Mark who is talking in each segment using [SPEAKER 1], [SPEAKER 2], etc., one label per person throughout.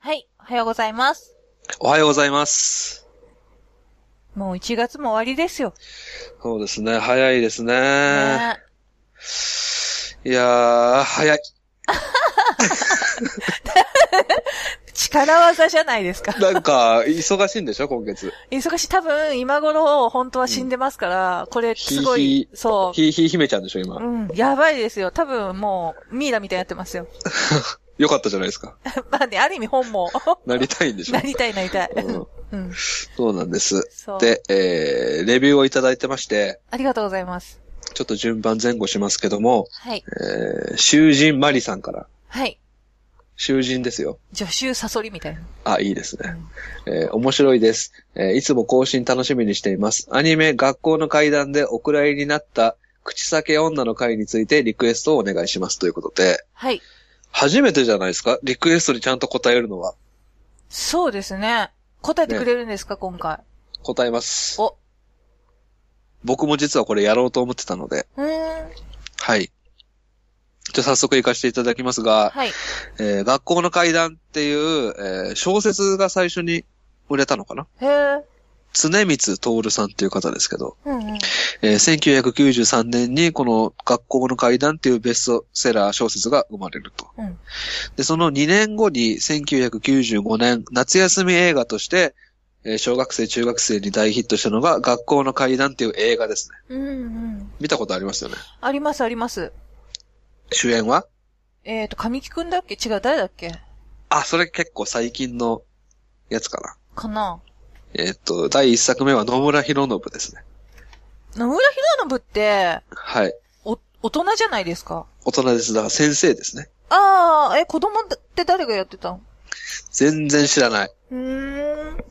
[SPEAKER 1] はようございます。
[SPEAKER 2] おはようございます。
[SPEAKER 1] もう1月も終わりですよ。
[SPEAKER 2] そうですね、早いですね。
[SPEAKER 1] ね
[SPEAKER 2] いやー、早い。
[SPEAKER 1] 力技じゃないですか。
[SPEAKER 2] なんか、 忙しいんでしょ、今月。
[SPEAKER 1] 忙しい。多分、今頃、本当は死んでますから、これ、すご
[SPEAKER 2] ひ
[SPEAKER 1] い
[SPEAKER 2] い、ひ
[SPEAKER 1] そ
[SPEAKER 2] ひいひいひめちゃんでしょ、今
[SPEAKER 1] う。。うん、やばいですよ。多分、もう、ミイラみたいになってますよ。
[SPEAKER 2] よかったじゃないですか。
[SPEAKER 1] まあね、ある意味本も、
[SPEAKER 2] なりたいんでし ょ
[SPEAKER 1] な。りたいなりたい。
[SPEAKER 2] うん
[SPEAKER 1] うん。
[SPEAKER 2] そうなんです。
[SPEAKER 1] そう。
[SPEAKER 2] で、えー、レビューをいただいてまして、
[SPEAKER 1] ありがとうございます。
[SPEAKER 2] ちょっと順番前後しますけども、
[SPEAKER 1] はい。
[SPEAKER 2] えー、囚人マリさんから。
[SPEAKER 1] はい。
[SPEAKER 2] 囚人ですよ。
[SPEAKER 1] 助手サソリみたいな。
[SPEAKER 2] あ、いいですね。えー面白いです、えーいつも更新楽しみにしています。アニメ、学校の階段でお蔵入りになった、口裂け女の会についてリクエストをお願いしますということで、
[SPEAKER 1] はい。
[SPEAKER 2] 初めてじゃないですかリクエストにちゃんと答えるのは。
[SPEAKER 1] そうですね。答えてくれるんですか、今回。
[SPEAKER 2] 答えます。
[SPEAKER 1] お。
[SPEAKER 2] 僕も実はこれやろうと思ってたので、
[SPEAKER 1] うーん。
[SPEAKER 2] はい。じゃあ早速行かせていただきますが、
[SPEAKER 1] はい。
[SPEAKER 2] えー学校の階段っていう、えー小説が最初に売れたのかな
[SPEAKER 1] へえ。
[SPEAKER 2] 常光徹さんっていう方ですけど、
[SPEAKER 1] うんうん。
[SPEAKER 2] えー1993年にこの学校の階段っていうベストセラー小説が生まれると。
[SPEAKER 1] うん
[SPEAKER 2] で、その2年後に1995年夏休み映画として、えー小学生、中学生に大ヒットしたのが学校の階段っていう映画ですね。
[SPEAKER 1] うんうん。
[SPEAKER 2] 見たことありますよね。
[SPEAKER 1] あります、あります。
[SPEAKER 2] 主演は
[SPEAKER 1] えっ、と、神木くんだっけ違う、誰だっけ
[SPEAKER 2] あ、それ結構最近のやつかな。
[SPEAKER 1] かな
[SPEAKER 2] えーっと、第1作目は野村博信ですね。
[SPEAKER 1] 野村博信って、
[SPEAKER 2] はい。
[SPEAKER 1] お、大人じゃないですか。
[SPEAKER 2] 大人です。だから先生ですね。
[SPEAKER 1] ああ、え、子供って誰がやってたの
[SPEAKER 2] 全然知らない。
[SPEAKER 1] うーん。う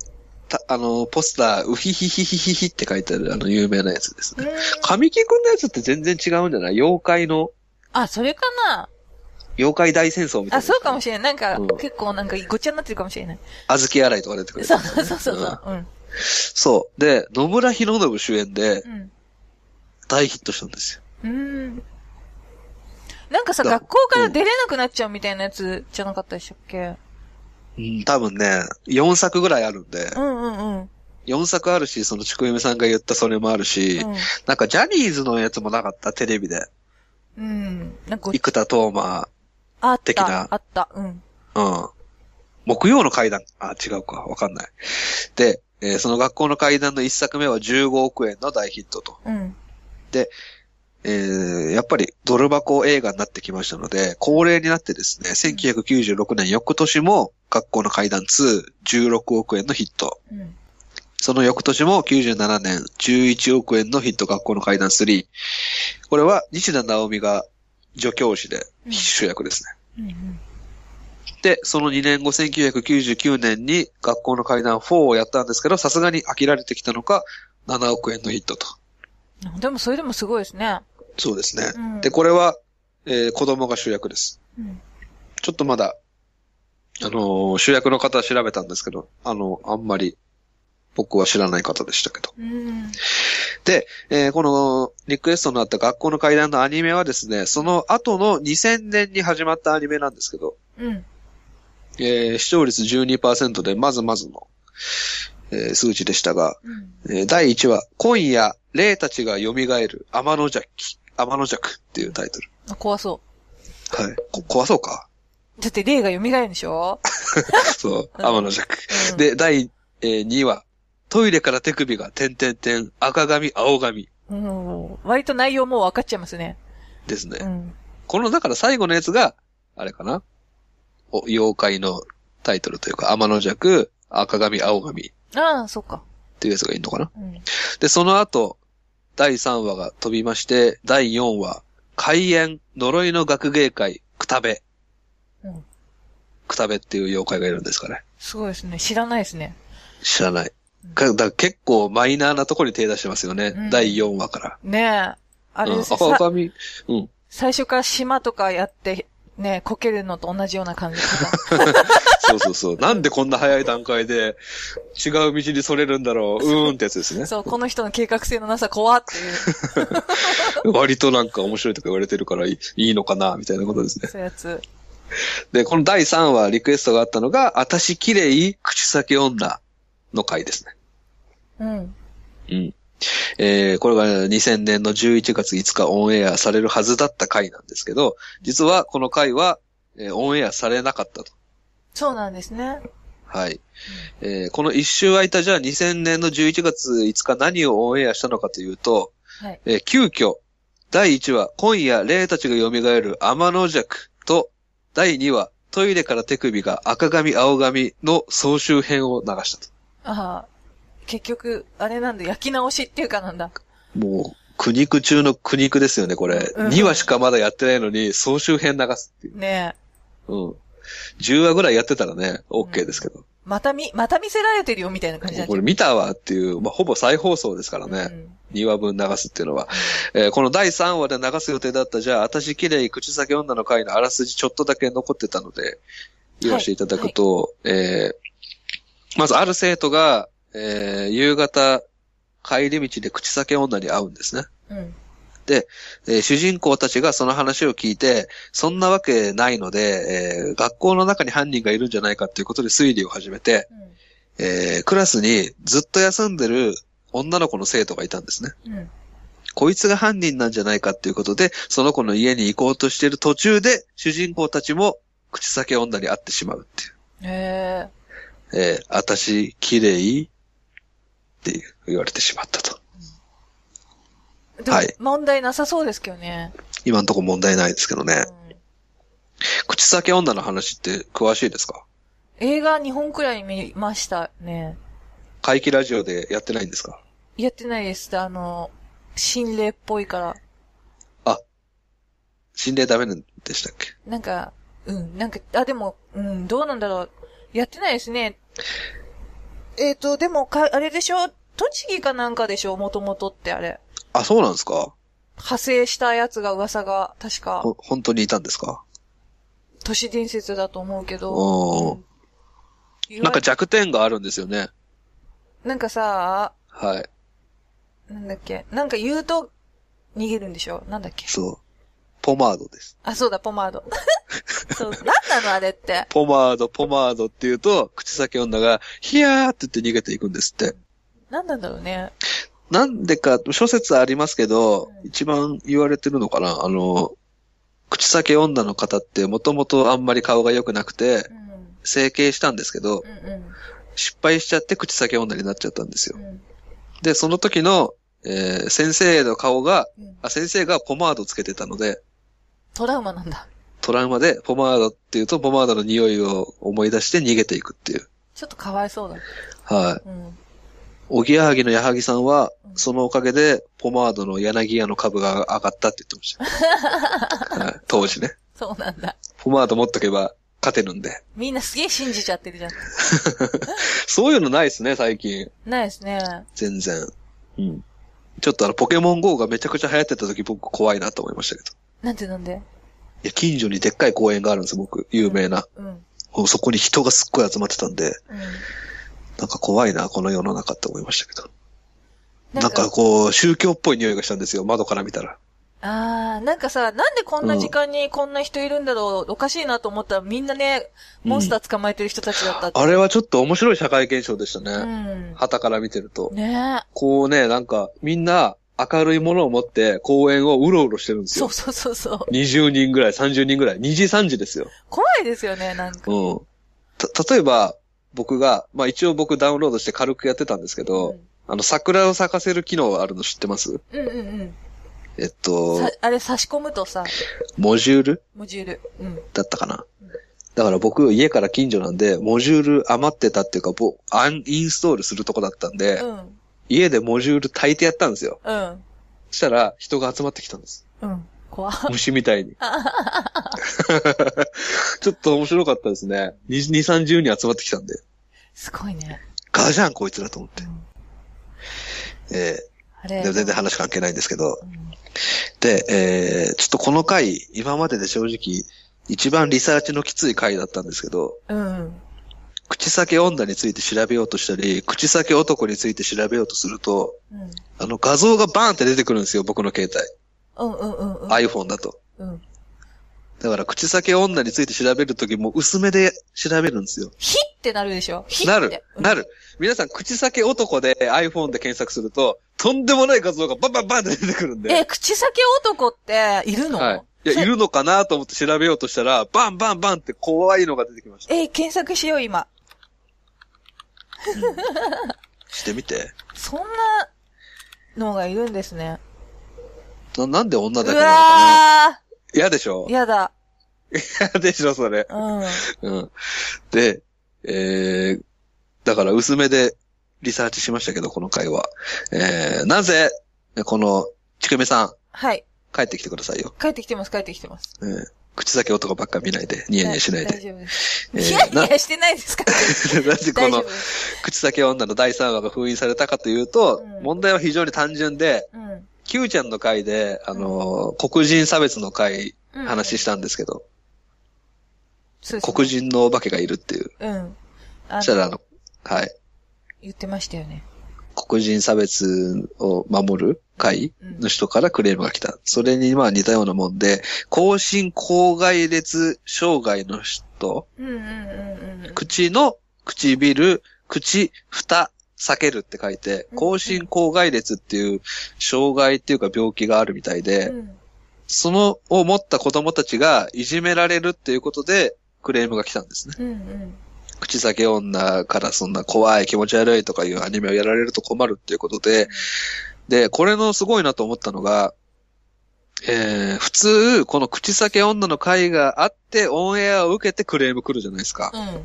[SPEAKER 2] た、あの、ポスター、ウヒヒヒヒヒヒって書いてある、あの、有名なやつですね。
[SPEAKER 1] ーん。
[SPEAKER 2] 神木くんのやつって全然違うんじゃない妖怪の、
[SPEAKER 1] あ、それかな
[SPEAKER 2] 妖怪大戦争みたいな。
[SPEAKER 1] あ、そうかも
[SPEAKER 2] し
[SPEAKER 1] しれない。なんか、
[SPEAKER 2] うん
[SPEAKER 1] 結構なんかごっちゃになってるかもしれない。
[SPEAKER 2] れない。小豆洗いとか出てくる、
[SPEAKER 1] そうそうそうそう。うん。
[SPEAKER 2] そう。で、野村博信主演で
[SPEAKER 1] うん。
[SPEAKER 2] 大ヒットしたんですよ。
[SPEAKER 1] うーん。なんかさ、
[SPEAKER 2] だ
[SPEAKER 1] 学校から出れなくなっちゃうみたいなやつじゃなかったでしたっけ
[SPEAKER 2] うん、多分ね、4作ぐらいあるんで
[SPEAKER 1] う、んうんうん。
[SPEAKER 2] 4作あるし、そのちくゆめさんが言ったそれもあるし、なんかジャニーズのやつもなかった、テレビで。
[SPEAKER 1] うん。うん。なんかご、
[SPEAKER 2] 生田斗真、
[SPEAKER 1] あっ
[SPEAKER 2] 的
[SPEAKER 1] た
[SPEAKER 2] な。
[SPEAKER 1] あった。うん。
[SPEAKER 2] うん。木曜の階段。あ、違うか。わかんない。で、えーその学校の階段の一作目は15億円の大ヒットと。
[SPEAKER 1] うん。
[SPEAKER 2] えーやっぱりドル箱映画になってきましたので、恒例になってですね、1996年翌年も学校の階段2、16億円のヒット。
[SPEAKER 1] うん。
[SPEAKER 2] その翌年も97年、11億円のヒット学校の階段3。これは西田直美が助教師で
[SPEAKER 1] うん
[SPEAKER 2] 主役ですね。
[SPEAKER 1] うんうん。
[SPEAKER 2] で、その2年後、1999年に学校の階段4をやったんですけど、さすがに飽きられてきたのか、7億円のヒットと。
[SPEAKER 1] でもそれでもすごいですね。
[SPEAKER 2] そうですね。
[SPEAKER 1] うん
[SPEAKER 2] で、これは、えー子供が主役です。
[SPEAKER 1] うん。
[SPEAKER 2] ちょっとまだ、あのー主役の方は調べたんですけど、あの、あんまり、僕は知らない方でしたけど。
[SPEAKER 1] うん。
[SPEAKER 2] えーこのリクエストのあった学校の階段のアニメはですね、その後の2000年に始まったアニメなんですけど、
[SPEAKER 1] うん。
[SPEAKER 2] えー視聴率12%でまずまずの、えー数値でしたが、
[SPEAKER 1] うん。
[SPEAKER 2] えー第1話、今夜、霊たちが蘇る天の邪気、天の邪鬼っていうタイトル。
[SPEAKER 1] あ怖そ
[SPEAKER 2] はい。こ怖そ うか
[SPEAKER 1] う。だって霊が蘇るんでしょ、
[SPEAKER 2] そう、天の邪鬼。
[SPEAKER 1] うん、
[SPEAKER 2] で、第、えー2話、トイレから手首が、点点点、赤髪、青髪
[SPEAKER 1] うん、割と内容もう分かっちゃいますね。
[SPEAKER 2] ですね。
[SPEAKER 1] うん。
[SPEAKER 2] この、だから最後のやつが、あれかなお、妖怪のタイトルというか、天の弱、赤髪、青髪っ
[SPEAKER 1] ああ、そうか。
[SPEAKER 2] ていうやつがいいのかな
[SPEAKER 1] うん。
[SPEAKER 2] で、その後、第3話が飛びまして、第4話、開演、呪いの学芸会、くたべ。
[SPEAKER 1] うん
[SPEAKER 2] くたべっていう妖怪がいるんですかね。
[SPEAKER 1] すごいですね。知らないですね。
[SPEAKER 2] 知らない。かだから結構マイナーなところに手出してますよね。
[SPEAKER 1] うん
[SPEAKER 2] 第4話から。
[SPEAKER 1] ねえ。あれ
[SPEAKER 2] うん、
[SPEAKER 1] ですね、
[SPEAKER 2] 赤
[SPEAKER 1] さ
[SPEAKER 2] 髪、うん。
[SPEAKER 1] 最初から島とかやって、ね、こけるのと同じような感じ。
[SPEAKER 2] そうそうそう。 なんでこんな早い段階で違う道に逸れるんだろう。うーんってやつですね。
[SPEAKER 1] そう、この人の計画性のなさ怖っていう、
[SPEAKER 2] 割となんか面白いとか言われてるからいいいいのかな、みたいなことですね。
[SPEAKER 1] そういうやつ。
[SPEAKER 2] で、この第3話リクエストがあったのが、あたしきれい、口先女の回ですね。
[SPEAKER 1] うん。
[SPEAKER 2] うん。えー、これが2000年の11月5日オンエアされるはずだった回なんですけど、実はこの回は、えーオンエアされなかったと。
[SPEAKER 1] そうなんですね。
[SPEAKER 2] はい。えーこの一周空いたじゃあ2000年の11月5日何をオンエアしたのかというと、
[SPEAKER 1] はい
[SPEAKER 2] えー急遽、第1話、今夜、霊たちが蘇る天の弱と、第2話、トイレから手首が赤髪青髪の総集編を流したと。
[SPEAKER 1] ああ、結局、あれなんだ、焼き直しっていうかなんだ。
[SPEAKER 2] もう、苦肉中の苦肉ですよね、これ。
[SPEAKER 1] うん
[SPEAKER 2] 2話しかまだやってないのに、総集編流すっていう。
[SPEAKER 1] ねえ。
[SPEAKER 2] うん。10話ぐらいやってたらね、OK ですけど。
[SPEAKER 1] また見、また見せられてるよみたいな感じ
[SPEAKER 2] も
[SPEAKER 1] だ
[SPEAKER 2] うこれ見たわっていう、まあ、ほぼ再放送ですからね。
[SPEAKER 1] うん
[SPEAKER 2] 2話分流すっていうのは、えーこの第3話で流す予定だったじゃあ、私綺麗口先女の会のあらすじちょっとだけ残ってたので、言わせていただくと、えーまずある生徒が、えー夕方、帰り道で口先女に会うんですね。
[SPEAKER 1] うん。
[SPEAKER 2] えー主人公たちがその話を聞いて、そんなわけないので、えー学校の中に犯人がいるんじゃないかということで推理を始めて、えークラスにずっと休んでる女の子の生徒がいたんですね。
[SPEAKER 1] うん。うん。
[SPEAKER 2] こいつが犯人なんじゃないかっていうことで、その子の家に行こうとしてる途中で、主人公たちも、口先女に会ってしまうっていう。
[SPEAKER 1] へえ。
[SPEAKER 2] えー、あたし、綺麗っていう言われてしまったと。
[SPEAKER 1] でも
[SPEAKER 2] はい
[SPEAKER 1] 問題なさそうですけどね。
[SPEAKER 2] 今んとこ問題ないですけどね。
[SPEAKER 1] うん
[SPEAKER 2] 口先女の話って詳しいですか
[SPEAKER 1] 映画2本くらい見ましたね。
[SPEAKER 2] 怪奇ラジオでやってないんですか
[SPEAKER 1] やってないです。あの、心霊っぽいから。
[SPEAKER 2] 心霊ダメなんでしたっけ
[SPEAKER 1] なんか、うん、なんか、あ、でも、うん、どうなんだろう。やってないですね。えっ、と、でも、か、あれでしょ栃木かなんかでしょもともとってあれ。
[SPEAKER 2] あ、そうなんですか
[SPEAKER 1] 派生したやつが噂が、確か、
[SPEAKER 2] ほ本当にいたんですか
[SPEAKER 1] 都市伝説だと思うけ
[SPEAKER 2] お
[SPEAKER 1] ど。
[SPEAKER 2] ー
[SPEAKER 1] うんいわ
[SPEAKER 2] なんか弱点があるんですよね。
[SPEAKER 1] なんかさ、
[SPEAKER 2] はい。
[SPEAKER 1] なんだっけ。なんか言うと、逃げるんでしょなんだっけ。
[SPEAKER 2] そう。ポマードです。
[SPEAKER 1] あ、そうだ、ポマード。 そう、なんなのあれって。
[SPEAKER 2] ポマード、ポマードって言うと、口先女が、ヒヤーって言って逃げていくんですって。
[SPEAKER 1] なんなんだろうね。
[SPEAKER 2] なんでか、諸説ありますけど
[SPEAKER 1] う、ん
[SPEAKER 2] 一番言われてるのかなあの、口先女の方ってもともとあんまり顔が良くなくて
[SPEAKER 1] う、ん。
[SPEAKER 2] 整形したんですけ
[SPEAKER 1] う、
[SPEAKER 2] ど
[SPEAKER 1] ん
[SPEAKER 2] 失敗しちゃって口先女になっちゃったんです
[SPEAKER 1] う
[SPEAKER 2] よ。
[SPEAKER 1] ん。
[SPEAKER 2] で、その時の、えー先生の顔が、
[SPEAKER 1] うん。
[SPEAKER 2] あ、先生がポマードつけてたので、
[SPEAKER 1] トラウマなんだ。
[SPEAKER 2] トラウマでポマードって言うとポマードの匂いを思い出して逃げていくっていう。
[SPEAKER 1] ちょっとかわいそうだ。
[SPEAKER 2] はい。
[SPEAKER 1] うん。
[SPEAKER 2] おぎやはぎの矢作さんは
[SPEAKER 1] う、ん
[SPEAKER 2] そのおかげで、ポマードの柳屋の株が上がったって言ってま した。はい当時ね。
[SPEAKER 1] そうなんだ。
[SPEAKER 2] ポマード持っとけば勝てるんで。
[SPEAKER 1] みんなすげえ信じちゃってるじゃん。
[SPEAKER 2] そういうのないですね、最近。
[SPEAKER 1] ないですね。
[SPEAKER 2] 全然。うん。ちょっとあの、ポケモン GO がめちゃくちゃ流行ってた時僕怖いなと思いましたけど。
[SPEAKER 1] なんでなんで
[SPEAKER 2] いや、近所にでっかい公園があるんです僕。有名な。
[SPEAKER 1] うん。うん。
[SPEAKER 2] もうそこに人がすっごい集まってたんで、なんか怖いな、この世の中って思いましたけど。なんかこう、宗教っぽい匂いがしたんですよ、窓から見たら。
[SPEAKER 1] あー、なんかさ、なんでこんな時間にこんな人いるんだろう、おかしいなと思ったらみんなね、モンスター捕まえてる人たちだったって。
[SPEAKER 2] あれはちょっと面白い社会現象でしたね。
[SPEAKER 1] うん。
[SPEAKER 2] 旗から見てると。
[SPEAKER 1] ねえ。
[SPEAKER 2] こうね、なんか、みんな明るいものを持って公園をうろうろしてるんです
[SPEAKER 1] そ
[SPEAKER 2] よ
[SPEAKER 1] う。そうそうそう。
[SPEAKER 2] 20人ぐらい、30人ぐらい、2時、3時ですよ。
[SPEAKER 1] 怖いですよね、なんか。
[SPEAKER 2] うん。た、例えば、僕が、まあ一応僕ダウンロードして軽くやってたんですけど、
[SPEAKER 1] うん
[SPEAKER 2] あの、桜を咲かせる機能あるの知ってます
[SPEAKER 1] うんうん
[SPEAKER 2] えっ
[SPEAKER 1] うん。さ
[SPEAKER 2] と、
[SPEAKER 1] あれ差し込むとさ、
[SPEAKER 2] モジュール
[SPEAKER 1] モジュール。うん。
[SPEAKER 2] だったかな
[SPEAKER 1] うん。
[SPEAKER 2] だから僕、家から近所なんで、モジュール余ってたっていうか、ぼアンインストールするとこだったんで、
[SPEAKER 1] うん。
[SPEAKER 2] 家でモジュール炊いてやったんですよ。
[SPEAKER 1] うん。
[SPEAKER 2] そしたら、人が集まってきたんです。
[SPEAKER 1] うん。怖
[SPEAKER 2] 虫みた いに。ちょっと面白かったですね。2、30人集まってきたんで。
[SPEAKER 1] すごいね。
[SPEAKER 2] ガジャンこいつらと思っ
[SPEAKER 1] う
[SPEAKER 2] て。
[SPEAKER 1] ん
[SPEAKER 2] え
[SPEAKER 1] あ
[SPEAKER 2] ー
[SPEAKER 1] れ。
[SPEAKER 2] でも全然話関係ないんですけど。
[SPEAKER 1] うん
[SPEAKER 2] で、えーちょっとこの回、今までで正直、一番リサーチのきつい回だったんですけど、
[SPEAKER 1] うん。
[SPEAKER 2] 口先女について調べようとしたり、口先男について調べようとすると、
[SPEAKER 1] うん。
[SPEAKER 2] あの画像がバーンって出てくるんですよ、僕の携帯。
[SPEAKER 1] うんうんうんうん。
[SPEAKER 2] iPhone だと。
[SPEAKER 1] うん。
[SPEAKER 2] だから、口先女について調べるときも薄めで調べるんですよ。
[SPEAKER 1] ひってなるでしょひって。
[SPEAKER 2] なる、なる。皆さん、口先男で iPhone で検索すると、とんでもない画像がバンバンバンって出てくるん
[SPEAKER 1] え、
[SPEAKER 2] で。
[SPEAKER 1] 口先男って、いるの、
[SPEAKER 2] はい。いや、いるのかなと思って調べようとしたら、バンバンバンって怖いのが出てきました。
[SPEAKER 1] え、検索しよう、今。
[SPEAKER 2] してみて。
[SPEAKER 1] そんなのがいるんですね。
[SPEAKER 2] な、なんで女
[SPEAKER 1] う
[SPEAKER 2] だけなのかな
[SPEAKER 1] わ
[SPEAKER 2] 嫌でしょ
[SPEAKER 1] ーやだ。
[SPEAKER 2] 嫌でしょ、それ。
[SPEAKER 1] うん。
[SPEAKER 2] うん。で、えー、だから薄めでリサーチしましたけど、この回は。えー、なぜ、この、ちくめさん、
[SPEAKER 1] はい。
[SPEAKER 2] 帰ってきてくださいよ。
[SPEAKER 1] 帰ってきてます、帰ってきてます。
[SPEAKER 2] えー口先男ばっか見ないで、ニヤニヤしない
[SPEAKER 1] 大
[SPEAKER 2] で。
[SPEAKER 1] 丈夫です。
[SPEAKER 2] えー
[SPEAKER 1] ニヤニヤしてないですから。
[SPEAKER 2] なぜこ
[SPEAKER 1] 大丈
[SPEAKER 2] の
[SPEAKER 1] 夫、です。
[SPEAKER 2] 口先女の第3話が封印されたかというと、
[SPEAKER 1] うん
[SPEAKER 2] 問題は非常に単純で、
[SPEAKER 1] うん。
[SPEAKER 2] Q ちゃんの回で、あのー黒人差別の回、
[SPEAKER 1] うん
[SPEAKER 2] 話したんですけど、
[SPEAKER 1] そうですね
[SPEAKER 2] 黒人のお化けがいるっていう。
[SPEAKER 1] うん。あ
[SPEAKER 2] そしたら、あの、はい。
[SPEAKER 1] 言ってましたよね。
[SPEAKER 2] 黒人差別を守る会の人からクレームが来た。それにまあ似たようなもんで、後進口外列障害の人、
[SPEAKER 1] うんうんうんうん。
[SPEAKER 2] 口の唇、口、蓋、避けるって書いて
[SPEAKER 1] う、ん
[SPEAKER 2] 後進口外列っていう障害っていうか病気があるみたいで、
[SPEAKER 1] うん
[SPEAKER 2] そのを持った子供たちがいじめられるっていうことでクレームが来たんですね。
[SPEAKER 1] うんうん。
[SPEAKER 2] 口先女からそんな怖い気持ち悪いとかいうアニメをやられると困るっていうことで、で、これのすごいなと思ったのが、えー、普通、この口先女の会があって、オンエアを受けてクレーム来るじゃないですか。
[SPEAKER 1] うん。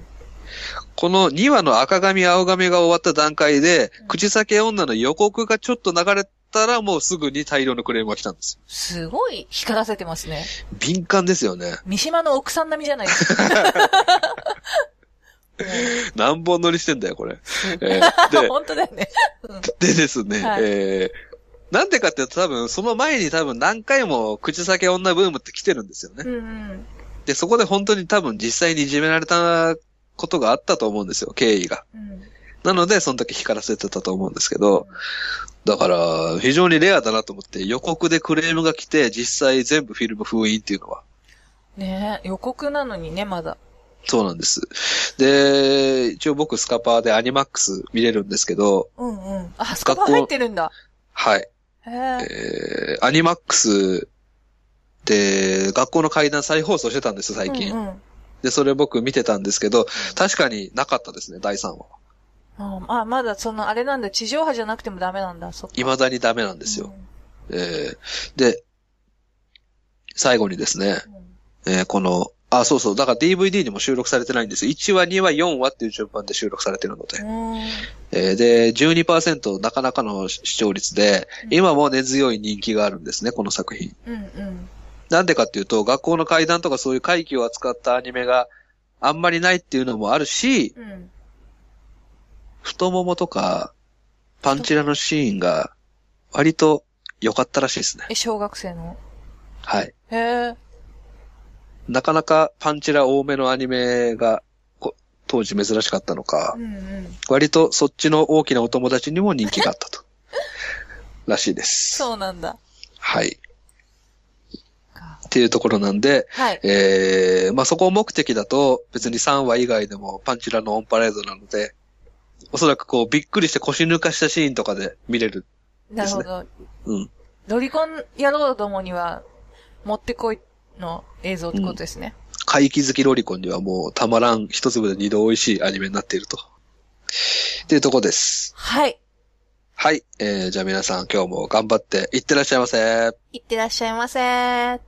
[SPEAKER 2] この2話の赤髪、青髪が終わった段階で
[SPEAKER 1] うん、
[SPEAKER 2] 口先女の予告がちょっと流れたら、もうすぐに大量のクレームが来たんですよ。
[SPEAKER 1] すごい光らせてます ね。
[SPEAKER 2] 敏感ですよね。
[SPEAKER 1] 三島の奥さん並みじゃないですか。も
[SPEAKER 2] 何本乗りしてんだよ、これ。
[SPEAKER 1] う、
[SPEAKER 2] えー で
[SPEAKER 1] 本当だよね。うん
[SPEAKER 2] でですね、
[SPEAKER 1] はい
[SPEAKER 2] えー、なんでかっていうと多分、その前に多分何回も口先女ブームって来てるんですよね。
[SPEAKER 1] うんうん。
[SPEAKER 2] で、そこで本当に多分実際にいじめられたことがあったと思うんですよ、経緯が。
[SPEAKER 1] うん
[SPEAKER 2] なので、その時光らせてたと思うんですけど、だから、非常にレアだなと思って、予告でクレームが来て、実際全部フィルム封印っていうのは。
[SPEAKER 1] ねえ、予告なのにね、まだ。
[SPEAKER 2] そうなんです。で、一応僕スカパーでアニマックス見れるんですけど、
[SPEAKER 1] うんうん。あ、スカパー入ってるんだ。
[SPEAKER 2] はい。
[SPEAKER 1] へえ。
[SPEAKER 2] えー、アニマックスで、学校の階段再放送してたんです、最近。
[SPEAKER 1] うんうん
[SPEAKER 2] で、それ僕見てたんですけど、確かになかったですね、第3話。
[SPEAKER 1] ああ、まだその、あれなんだ、地上波じゃなくてもダメなんだ、そっか。
[SPEAKER 2] 未だにダメなんですよ。えーで、最後にですね、
[SPEAKER 1] うん。うん
[SPEAKER 2] えーこの、あ、そうそう、だから DVD にも収録されてないんですよ。1話、2話、4話っていう順番で収録されてるので。
[SPEAKER 1] うーん
[SPEAKER 2] えーで、12%なかなかの視聴率で、
[SPEAKER 1] うん
[SPEAKER 2] 今も根強い人気があるんですね、この作品。
[SPEAKER 1] うんうん。
[SPEAKER 2] なんでかっていうと、学校の階段とかそういう怪奇を扱ったアニメがあんまりないっていうのもあるし、
[SPEAKER 1] うん。
[SPEAKER 2] 太ももとか、パンチラのシーンが割と良かったらしいですね。
[SPEAKER 1] え、小学生の
[SPEAKER 2] はい。
[SPEAKER 1] へえ。
[SPEAKER 2] なかなかパンチラ多めのアニメが、こ当時珍しかったのか
[SPEAKER 1] う、んうん。
[SPEAKER 2] 割とそっちの大きなお友達にも人気があっ たと。らしいです。
[SPEAKER 1] そうなんだ。
[SPEAKER 2] はい。
[SPEAKER 1] か
[SPEAKER 2] っていうところなんで、
[SPEAKER 1] はい。
[SPEAKER 2] えー、まあ、そこを目的だと、別に3話以外でもパンチラのオンパレードなので、おそらくこう、びっくりして腰抜かしたシーンとかで見れる。
[SPEAKER 1] なるほ
[SPEAKER 2] で
[SPEAKER 1] ど。
[SPEAKER 2] うん。
[SPEAKER 1] ロリコン野郎どもには、もってこいの映像ってことですね。
[SPEAKER 2] 怪奇好きロリコンにはもうたまらん一粒で二度美味しいアニメになっていると。っていうとこです。
[SPEAKER 1] はい。
[SPEAKER 2] はい。えー、じゃあ皆さん今日も頑張っていってらっしゃいませ。
[SPEAKER 1] いってらっしゃいませ。